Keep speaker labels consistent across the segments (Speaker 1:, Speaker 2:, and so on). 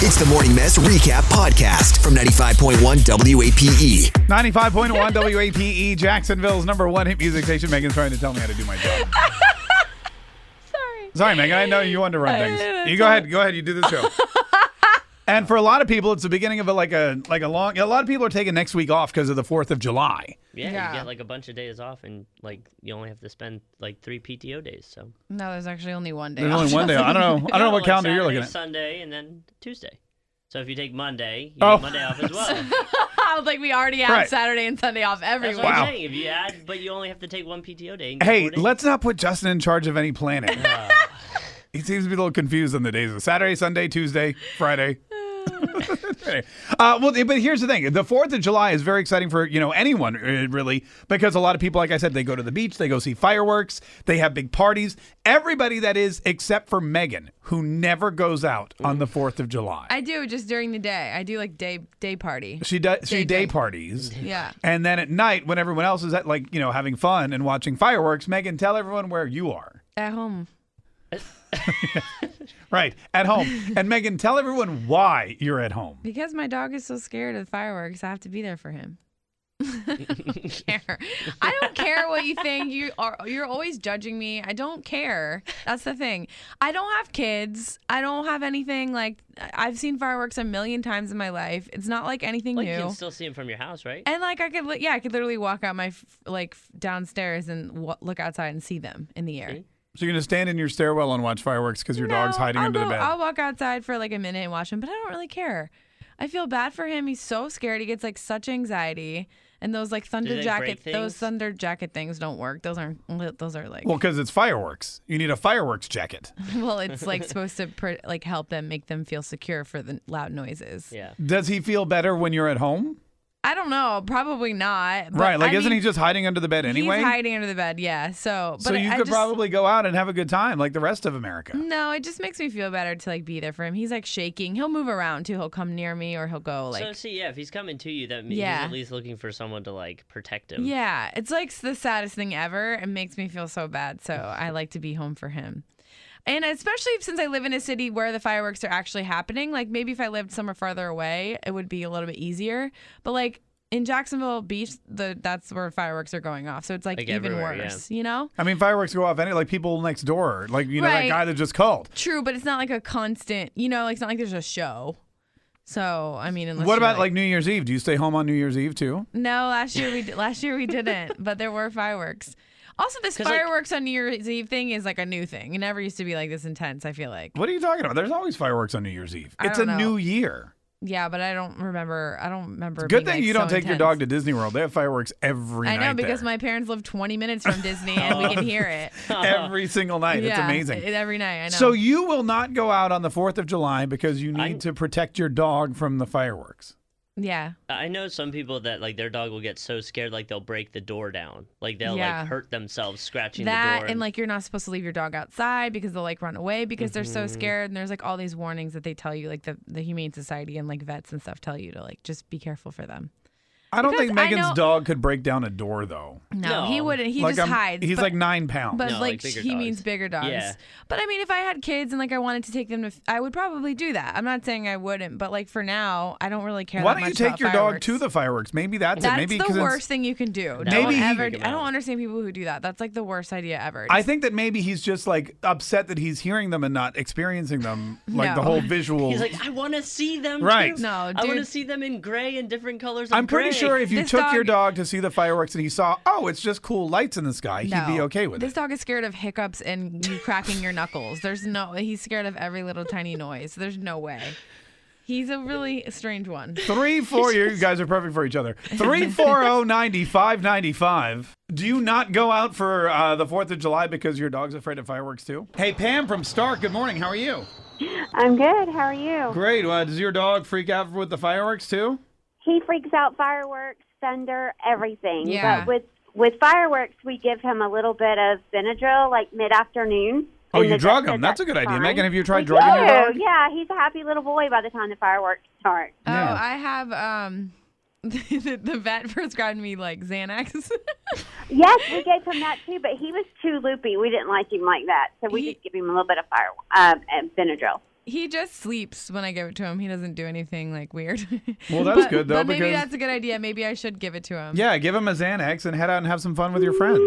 Speaker 1: It's the Morning Mess Recap Podcast from 95.1 WAPE.
Speaker 2: 95.1 WAPE, E, Jacksonville's number one hit music station. Megan's trying to tell me how to do my job.
Speaker 3: Sorry.
Speaker 2: Sorry, Megan, I know you want to run things. You go ahead, go ahead, you do the show. and for a lot of people, it's the beginning of a, like a like a long. A lot of people are taking next week off because of the Fourth of July.
Speaker 4: Yeah,
Speaker 3: Yeah.
Speaker 4: you get like a bunch of days off, and like you only have to spend like three PTO days. So
Speaker 3: No, there's actually only one day.
Speaker 2: There's
Speaker 3: off.
Speaker 2: only one day. I don't know. I don't know
Speaker 4: No,
Speaker 2: what
Speaker 4: like
Speaker 2: calendar you're
Speaker 4: Saturday,
Speaker 2: looking at.
Speaker 4: Sunday and then Tuesday. So if you take Monday, you
Speaker 2: Oh.
Speaker 4: get Monday off as well.
Speaker 3: like we already have
Speaker 2: Right.
Speaker 3: Saturday and Sunday off every
Speaker 4: That's
Speaker 3: week.
Speaker 4: what
Speaker 2: Wow.
Speaker 4: I'm saying. If you add, but you only have to take one PTO day. and get
Speaker 2: Hey,
Speaker 4: four days.
Speaker 2: let's not put Justin in charge of any planet. he seems to be a little confused on the days of Saturday, Sunday, Tuesday, Friday. uh, well, but here's the thing: the Fourth of July is very exciting for you know anyone uh, really, because a lot of people, like I said, they go to the beach, they go see fireworks, they have big parties. Everybody that is, except for Megan, who never goes out on the Fourth of July.
Speaker 3: I do just during the day. I do like day day party.
Speaker 2: she does. She
Speaker 3: Day
Speaker 2: day,
Speaker 3: day.
Speaker 2: parties.
Speaker 3: Yeah.
Speaker 2: And then at night, when everyone else is at like you know having fun and watching fireworks, Megan, tell everyone where you are.
Speaker 3: At home.
Speaker 2: Right, at home. and Megan, tell everyone why you're at home.
Speaker 3: Because my dog is so scared of fireworks, I have to be there for him. I don't care. I don't care what you think. You are you're always judging me. I don't care. That's the thing. I don't have kids. I don't have anything like I've seen fireworks a million times in my life. It's not like anything
Speaker 4: Like,
Speaker 3: new.
Speaker 4: you can still see him from your house, right?
Speaker 3: And like I could, li- yeah, I could literally walk out my f- like f- downstairs and w- look outside and see them in the air.
Speaker 2: So you're going to stand in your stairwell and watch fireworks because your dog's
Speaker 3: No,
Speaker 2: hiding
Speaker 3: I'll
Speaker 2: under the
Speaker 3: go-
Speaker 2: bed.
Speaker 3: I'll walk outside for like a minute and watch him, but I don't really care. I feel bad for him. He's so scared. He gets like such anxiety. And those like thunder
Speaker 4: they
Speaker 3: jacket,
Speaker 4: break
Speaker 3: those
Speaker 4: things?
Speaker 3: thunder jacket things don't work. Those aren't. Those are like.
Speaker 2: well, because it's fireworks. You need a fireworks jacket.
Speaker 3: well, it's like supposed to pr- like help them make them feel secure for the loud noises.
Speaker 4: Yeah.
Speaker 2: Does he feel better when you're at home?
Speaker 3: I don't know. Probably not. but
Speaker 2: right. Like,
Speaker 3: I
Speaker 2: isn't he
Speaker 3: mean,
Speaker 2: just hiding under the bed anyway?
Speaker 3: He's hiding under the bed. Yeah. So, but
Speaker 2: so you
Speaker 3: I
Speaker 2: could
Speaker 3: just, Mm.
Speaker 2: probably go out and have a good time like the rest of America.
Speaker 3: No, it just makes me feel better to like be there for him. He's like shaking. He'll move around too. He'll come near me or he'll go like
Speaker 4: so see, yeah, if he's coming to you, that means
Speaker 3: Yeah.
Speaker 4: he's at least looking for someone to like protect him.
Speaker 3: Yeah, it's like the saddest thing ever. It makes me feel so bad. So I like to be home for him. And especially since I live in a city where the fireworks are actually happening, like maybe if I lived somewhere farther away, it would be a little bit easier. But like in Jacksonville Beach, the that's where fireworks are going off. So it's like,
Speaker 4: Like
Speaker 3: even
Speaker 4: everywhere, yeah.
Speaker 3: worse, you know?
Speaker 2: I mean, fireworks go off any like people next door, like you know that
Speaker 3: Right.
Speaker 2: guy that just called.
Speaker 3: True, but it's not like a constant, you know, like it's not like there's a show. So, I mean, unless
Speaker 2: what
Speaker 3: you're,
Speaker 2: about like New Year's Eve? Do you stay home on New Year's Eve too?
Speaker 3: No, last year we did, last year we didn't, but there were fireworks. Also, this
Speaker 4: 'Cause, like-
Speaker 3: fireworks on New Year's Eve thing is like a new thing. It never used to be like this intense. I feel like,
Speaker 2: What are you talking about? There's always fireworks on New Year's Eve.
Speaker 3: I
Speaker 2: it's a
Speaker 3: don't know.
Speaker 2: new year.
Speaker 3: yeah, but I don't remember. I don't remember.
Speaker 2: Good
Speaker 3: being,
Speaker 2: thing
Speaker 3: like,
Speaker 2: you
Speaker 3: so
Speaker 2: don't take your
Speaker 3: intense.
Speaker 2: dog to Disney World. They have fireworks every
Speaker 3: I
Speaker 2: night.
Speaker 3: know because
Speaker 2: there.
Speaker 3: my parents live 20 minutes from Disney and we can hear it.
Speaker 2: every single night.
Speaker 3: yeah,
Speaker 2: it's amazing.
Speaker 3: it- every night. I know.
Speaker 2: so you will not go out on the 4th of July because you need
Speaker 4: I'm-
Speaker 2: to protect your dog from the fireworks.
Speaker 3: yeah,
Speaker 4: I know some people that like their dog will get so scared like they'll break the door down, like they'll
Speaker 3: Yeah.
Speaker 4: like hurt themselves scratching the
Speaker 3: that
Speaker 4: door.
Speaker 3: and like you're not supposed to leave your dog outside because they'll like run away because they're
Speaker 2: Mm-hmm.
Speaker 3: so scared. And there's like all these warnings that they tell you, like the the Humane Society and like vets and stuff tell you to like just be careful for them.
Speaker 2: I don't
Speaker 3: Because
Speaker 2: think
Speaker 3: I
Speaker 2: Megan's
Speaker 3: know-
Speaker 2: dog could break down a door though.
Speaker 3: No,
Speaker 4: No.
Speaker 3: he wouldn't. He
Speaker 2: like
Speaker 3: just
Speaker 2: I'm-
Speaker 3: hides.
Speaker 2: He's
Speaker 3: but-
Speaker 2: like nine pounds.
Speaker 3: But
Speaker 4: No,
Speaker 3: like,
Speaker 4: like bigger
Speaker 3: he means
Speaker 4: dogs.
Speaker 3: bigger dogs.
Speaker 4: Yeah.
Speaker 3: But I mean, if I had kids and like I wanted to take them to, f- I would probably do that. I'm not saying I wouldn't, but like for now, I don't really care.
Speaker 2: Why
Speaker 3: that
Speaker 2: don't you
Speaker 3: much
Speaker 2: take
Speaker 3: about
Speaker 2: your
Speaker 3: fireworks.
Speaker 2: dog to the fireworks? Maybe that's,
Speaker 3: That's
Speaker 2: it. Maybe
Speaker 3: the
Speaker 2: 'cause it's-
Speaker 3: worst thing you can do.
Speaker 4: That
Speaker 3: don't
Speaker 2: Maybe he-
Speaker 3: ever. I
Speaker 4: Freak 'em out.
Speaker 3: don't understand people who do that. That's like the worst idea ever.
Speaker 2: I think that maybe he's just like upset that he's hearing them and not experiencing them, like the
Speaker 3: No.
Speaker 2: whole visual.
Speaker 4: he's like, I want to see them.
Speaker 2: Right.
Speaker 4: too.
Speaker 3: No,
Speaker 4: I want to
Speaker 3: dude.
Speaker 4: see them in gray and different colors. Of
Speaker 2: I'm pretty
Speaker 4: gray."
Speaker 2: sure if you
Speaker 3: This
Speaker 2: took your dog
Speaker 3: dog-
Speaker 2: to see the fireworks and he saw, oh, it's just cool lights in the sky, he'd be
Speaker 3: No.
Speaker 2: okay with
Speaker 3: This
Speaker 2: it.
Speaker 3: dog is scared of hiccups and you cracking your knuckles. There's no. He's scared of every little tiny noise. There's no way. He's a really strange one.
Speaker 2: Three four, you guys are perfect for each other. Three four zero ninety five ninety five. Do you not go out for uh, the Fourth of July because your dog's afraid of fireworks too? Hey, Pam from Stark. Good morning. How are you?
Speaker 5: I'm good. How are you?
Speaker 2: Great. Uh, does your dog freak out with the fireworks too?
Speaker 5: He freaks out fireworks, thunder, everything.
Speaker 3: Yeah.
Speaker 5: But with with fireworks, we give him a little bit of Benadryl, like mid afternoon.
Speaker 2: Oh, you drug him. That's a good idea. Megan, have you tried drugging your dog?
Speaker 5: Oh, Yeah, he's a happy little boy by the time the fireworks start.
Speaker 2: Yeah.
Speaker 3: Oh, I have um the, the vet prescribed me like Xanax.
Speaker 5: Yes, we gave him that too, but he was too loopy. We didn't like him like that, so we
Speaker 3: He-
Speaker 5: just give him a little bit of fire uh, uh, um, Benadryl.
Speaker 3: He just sleeps when I give it to him. He doesn't do anything like weird.
Speaker 2: Well, that's
Speaker 3: But-
Speaker 2: good, though,
Speaker 3: But maybe
Speaker 2: because-
Speaker 3: that's a good idea. Maybe I should give it to him.
Speaker 2: Yeah, give him a Xanax and head out and have some fun with your friends.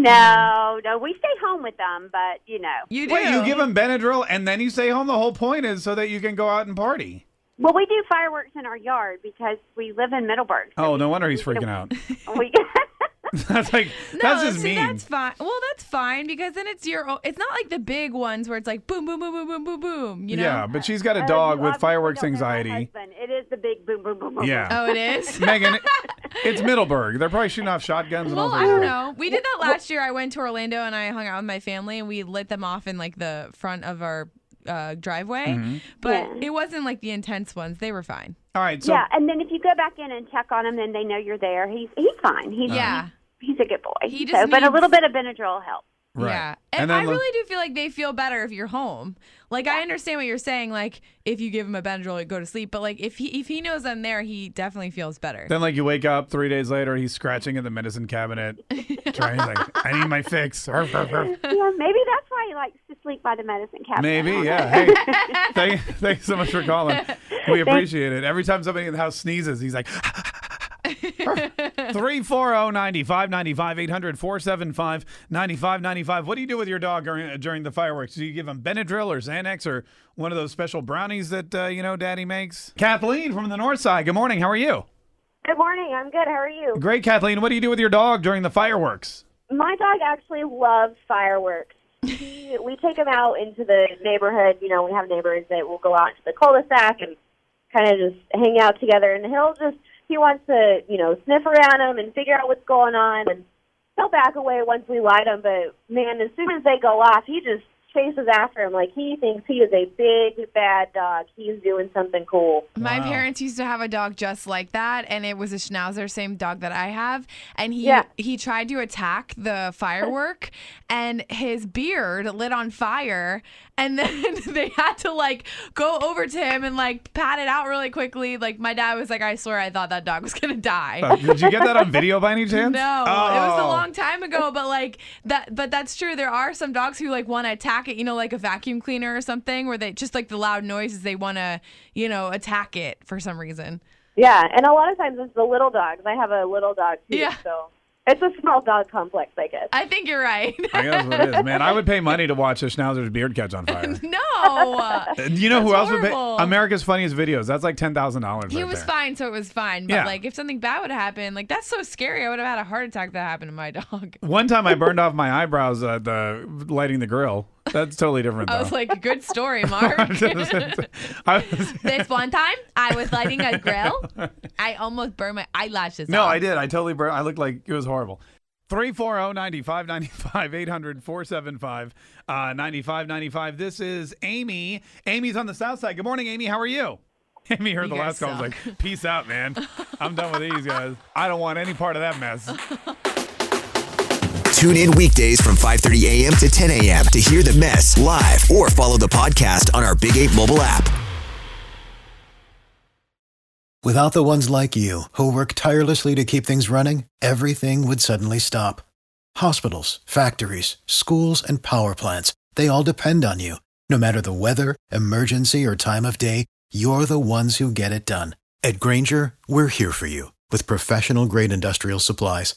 Speaker 5: No, no, we stay home with them, but you know.
Speaker 3: You do.
Speaker 2: Wait, you give him Benadryl and then you stay home. The whole point is so that you can go out and party.
Speaker 5: Well, we do fireworks in our yard because we live in Middleburg.
Speaker 2: Oh, no wonder he's freaking out.
Speaker 5: We,
Speaker 2: that's like
Speaker 3: No,
Speaker 2: that's just
Speaker 3: see,
Speaker 2: mean.
Speaker 3: That's fine. Well, that's fine because then it's your. o- It's not like the big ones where it's like boom, boom, boom, boom, boom, boom, boom. You know.
Speaker 2: Yeah, but she's got a dog
Speaker 5: You
Speaker 2: with
Speaker 5: obviously
Speaker 2: fireworks
Speaker 5: don't know my
Speaker 2: anxiety.
Speaker 5: husband. It is the big boom, boom, boom, boom.
Speaker 2: Yeah.
Speaker 3: Oh, it is.
Speaker 2: Megan, it's Middleburg. They're probably shooting off shotguns and all
Speaker 3: Well,
Speaker 2: sorts
Speaker 3: I
Speaker 2: of
Speaker 3: don't
Speaker 2: stuff.
Speaker 3: know. We did that last year. I went to Orlando and I hung out with my family and we lit them off in like the front of our uh, driveway.
Speaker 2: Mm-hmm.
Speaker 3: But it wasn't like the intense ones. They were fine.
Speaker 2: All right, so
Speaker 5: Yeah, and then if you go back in and check on him, then they know you're there. He's he's fine. He's
Speaker 2: Uh-huh.
Speaker 3: Yeah.
Speaker 5: he's, he's a good boy.
Speaker 3: He
Speaker 5: so,
Speaker 3: just
Speaker 5: but a
Speaker 3: needs-
Speaker 5: little bit of Benadryl helps.
Speaker 2: right.
Speaker 3: Yeah. And,
Speaker 2: then
Speaker 3: I
Speaker 2: look-
Speaker 3: really do feel like they feel better if you're home. Like I understand what you're saying. Like if you give him a Benadryl, he'll go to sleep. But like if he if he knows I'm there, he definitely feels better.
Speaker 2: Then, like, you wake up three days later, he's scratching in the medicine cabinet. trying, like, I need my fix. Arf, arf, arf.
Speaker 5: yeah, maybe that's why he likes to sleep by the medicine cabinet.
Speaker 2: Maybe, yeah. Hey, thank, thanks so much for calling. We appreciate it. Every time somebody in the house sneezes, he's like, oh, 340 9595 800 475 9595. What do you do with your dog during, during the fireworks? Do you give him Benadryl or Xanax or one of those special brownies that, uh, you know, daddy makes? Kathleen from the north side. Good morning. How are you?
Speaker 6: Good morning. I'm good. How are you?
Speaker 2: Great, Kathleen. What do you do with your dog during the fireworks?
Speaker 6: My dog actually loves fireworks. He, we take him out into the neighborhood. You know, we have neighbors that will go out into the cul-de-sac and kind of just hang out together. And he'll just he wants to you know sniff around him and figure out what's going on. And he'll back away once we light him. But man, as soon as they go off, he just chases after him like he thinks he is a big bad dog. He's doing something cool.
Speaker 3: My
Speaker 2: Wow.
Speaker 3: parents used to have a dog just like that, and it was a schnauzer, same dog that I have. And he
Speaker 6: Yeah.
Speaker 3: he tried to attack the firework, and his beard lit on fire. And then they had to like go over to him and like pat it out really quickly. Like my dad was like, "I swear, I thought that dog was gonna die."
Speaker 2: Uh, did you get that on video by any chance?
Speaker 3: No, it was a
Speaker 2: Oh.
Speaker 3: long time ago, but like that, but that's true. There are some dogs who like want to attack it, you know, like a vacuum cleaner or something, where they just like the loud noises, they want to, you know, attack it for some reason.
Speaker 6: Yeah, and a lot of times it's the little dogs. I have a little dog too,
Speaker 3: Yeah.
Speaker 6: so it's a small dog complex, I guess.
Speaker 3: I think you're right.
Speaker 2: I guess what it is, man. I would pay money to watch a schnauzer's beard catch on fire.
Speaker 3: no,
Speaker 2: And You know who else
Speaker 3: That's
Speaker 2: would
Speaker 3: horrible.
Speaker 2: pay? America's Funniest Videos. That's like ten thousand dollars.
Speaker 3: he
Speaker 2: right
Speaker 3: was
Speaker 2: there.
Speaker 3: fine, so it was fine. But
Speaker 2: Yeah.
Speaker 3: like, if something bad would have happened, like that's so scary. I would have had a heart attack if that happened to my dog.
Speaker 2: One time I burned off my eyebrows at the lighting the grill. That's totally different.
Speaker 3: I was
Speaker 2: though.
Speaker 3: like, good story, Mark.
Speaker 2: I was-
Speaker 3: this one time, I was lighting a grill. I almost burned my eyelashes.
Speaker 2: no,
Speaker 3: off.
Speaker 2: I did. I totally burned. I looked like it was horrible. oh, uh, 340-9595-800-475-9595. This is Amy. Amy's on the south side. Good morning, Amy. How are you? Amy heard
Speaker 3: You
Speaker 2: the last
Speaker 3: guys
Speaker 2: call. and was like, peace out, man. I'm done with these guys. I don't want any part of that mess.
Speaker 1: Tune in weekdays from 5:30 a.m. to 10 a.m. to hear the mess live or follow the podcast on our Big 8 mobile app.
Speaker 7: Without the ones like you, who work tirelessly to keep things running, everything would suddenly stop. Hospitals, factories, schools, and power plants, they all depend on you. No matter the weather, emergency, or time of day, you're the ones who get it done. At Granger, we're here for you with professional grade industrial supplies.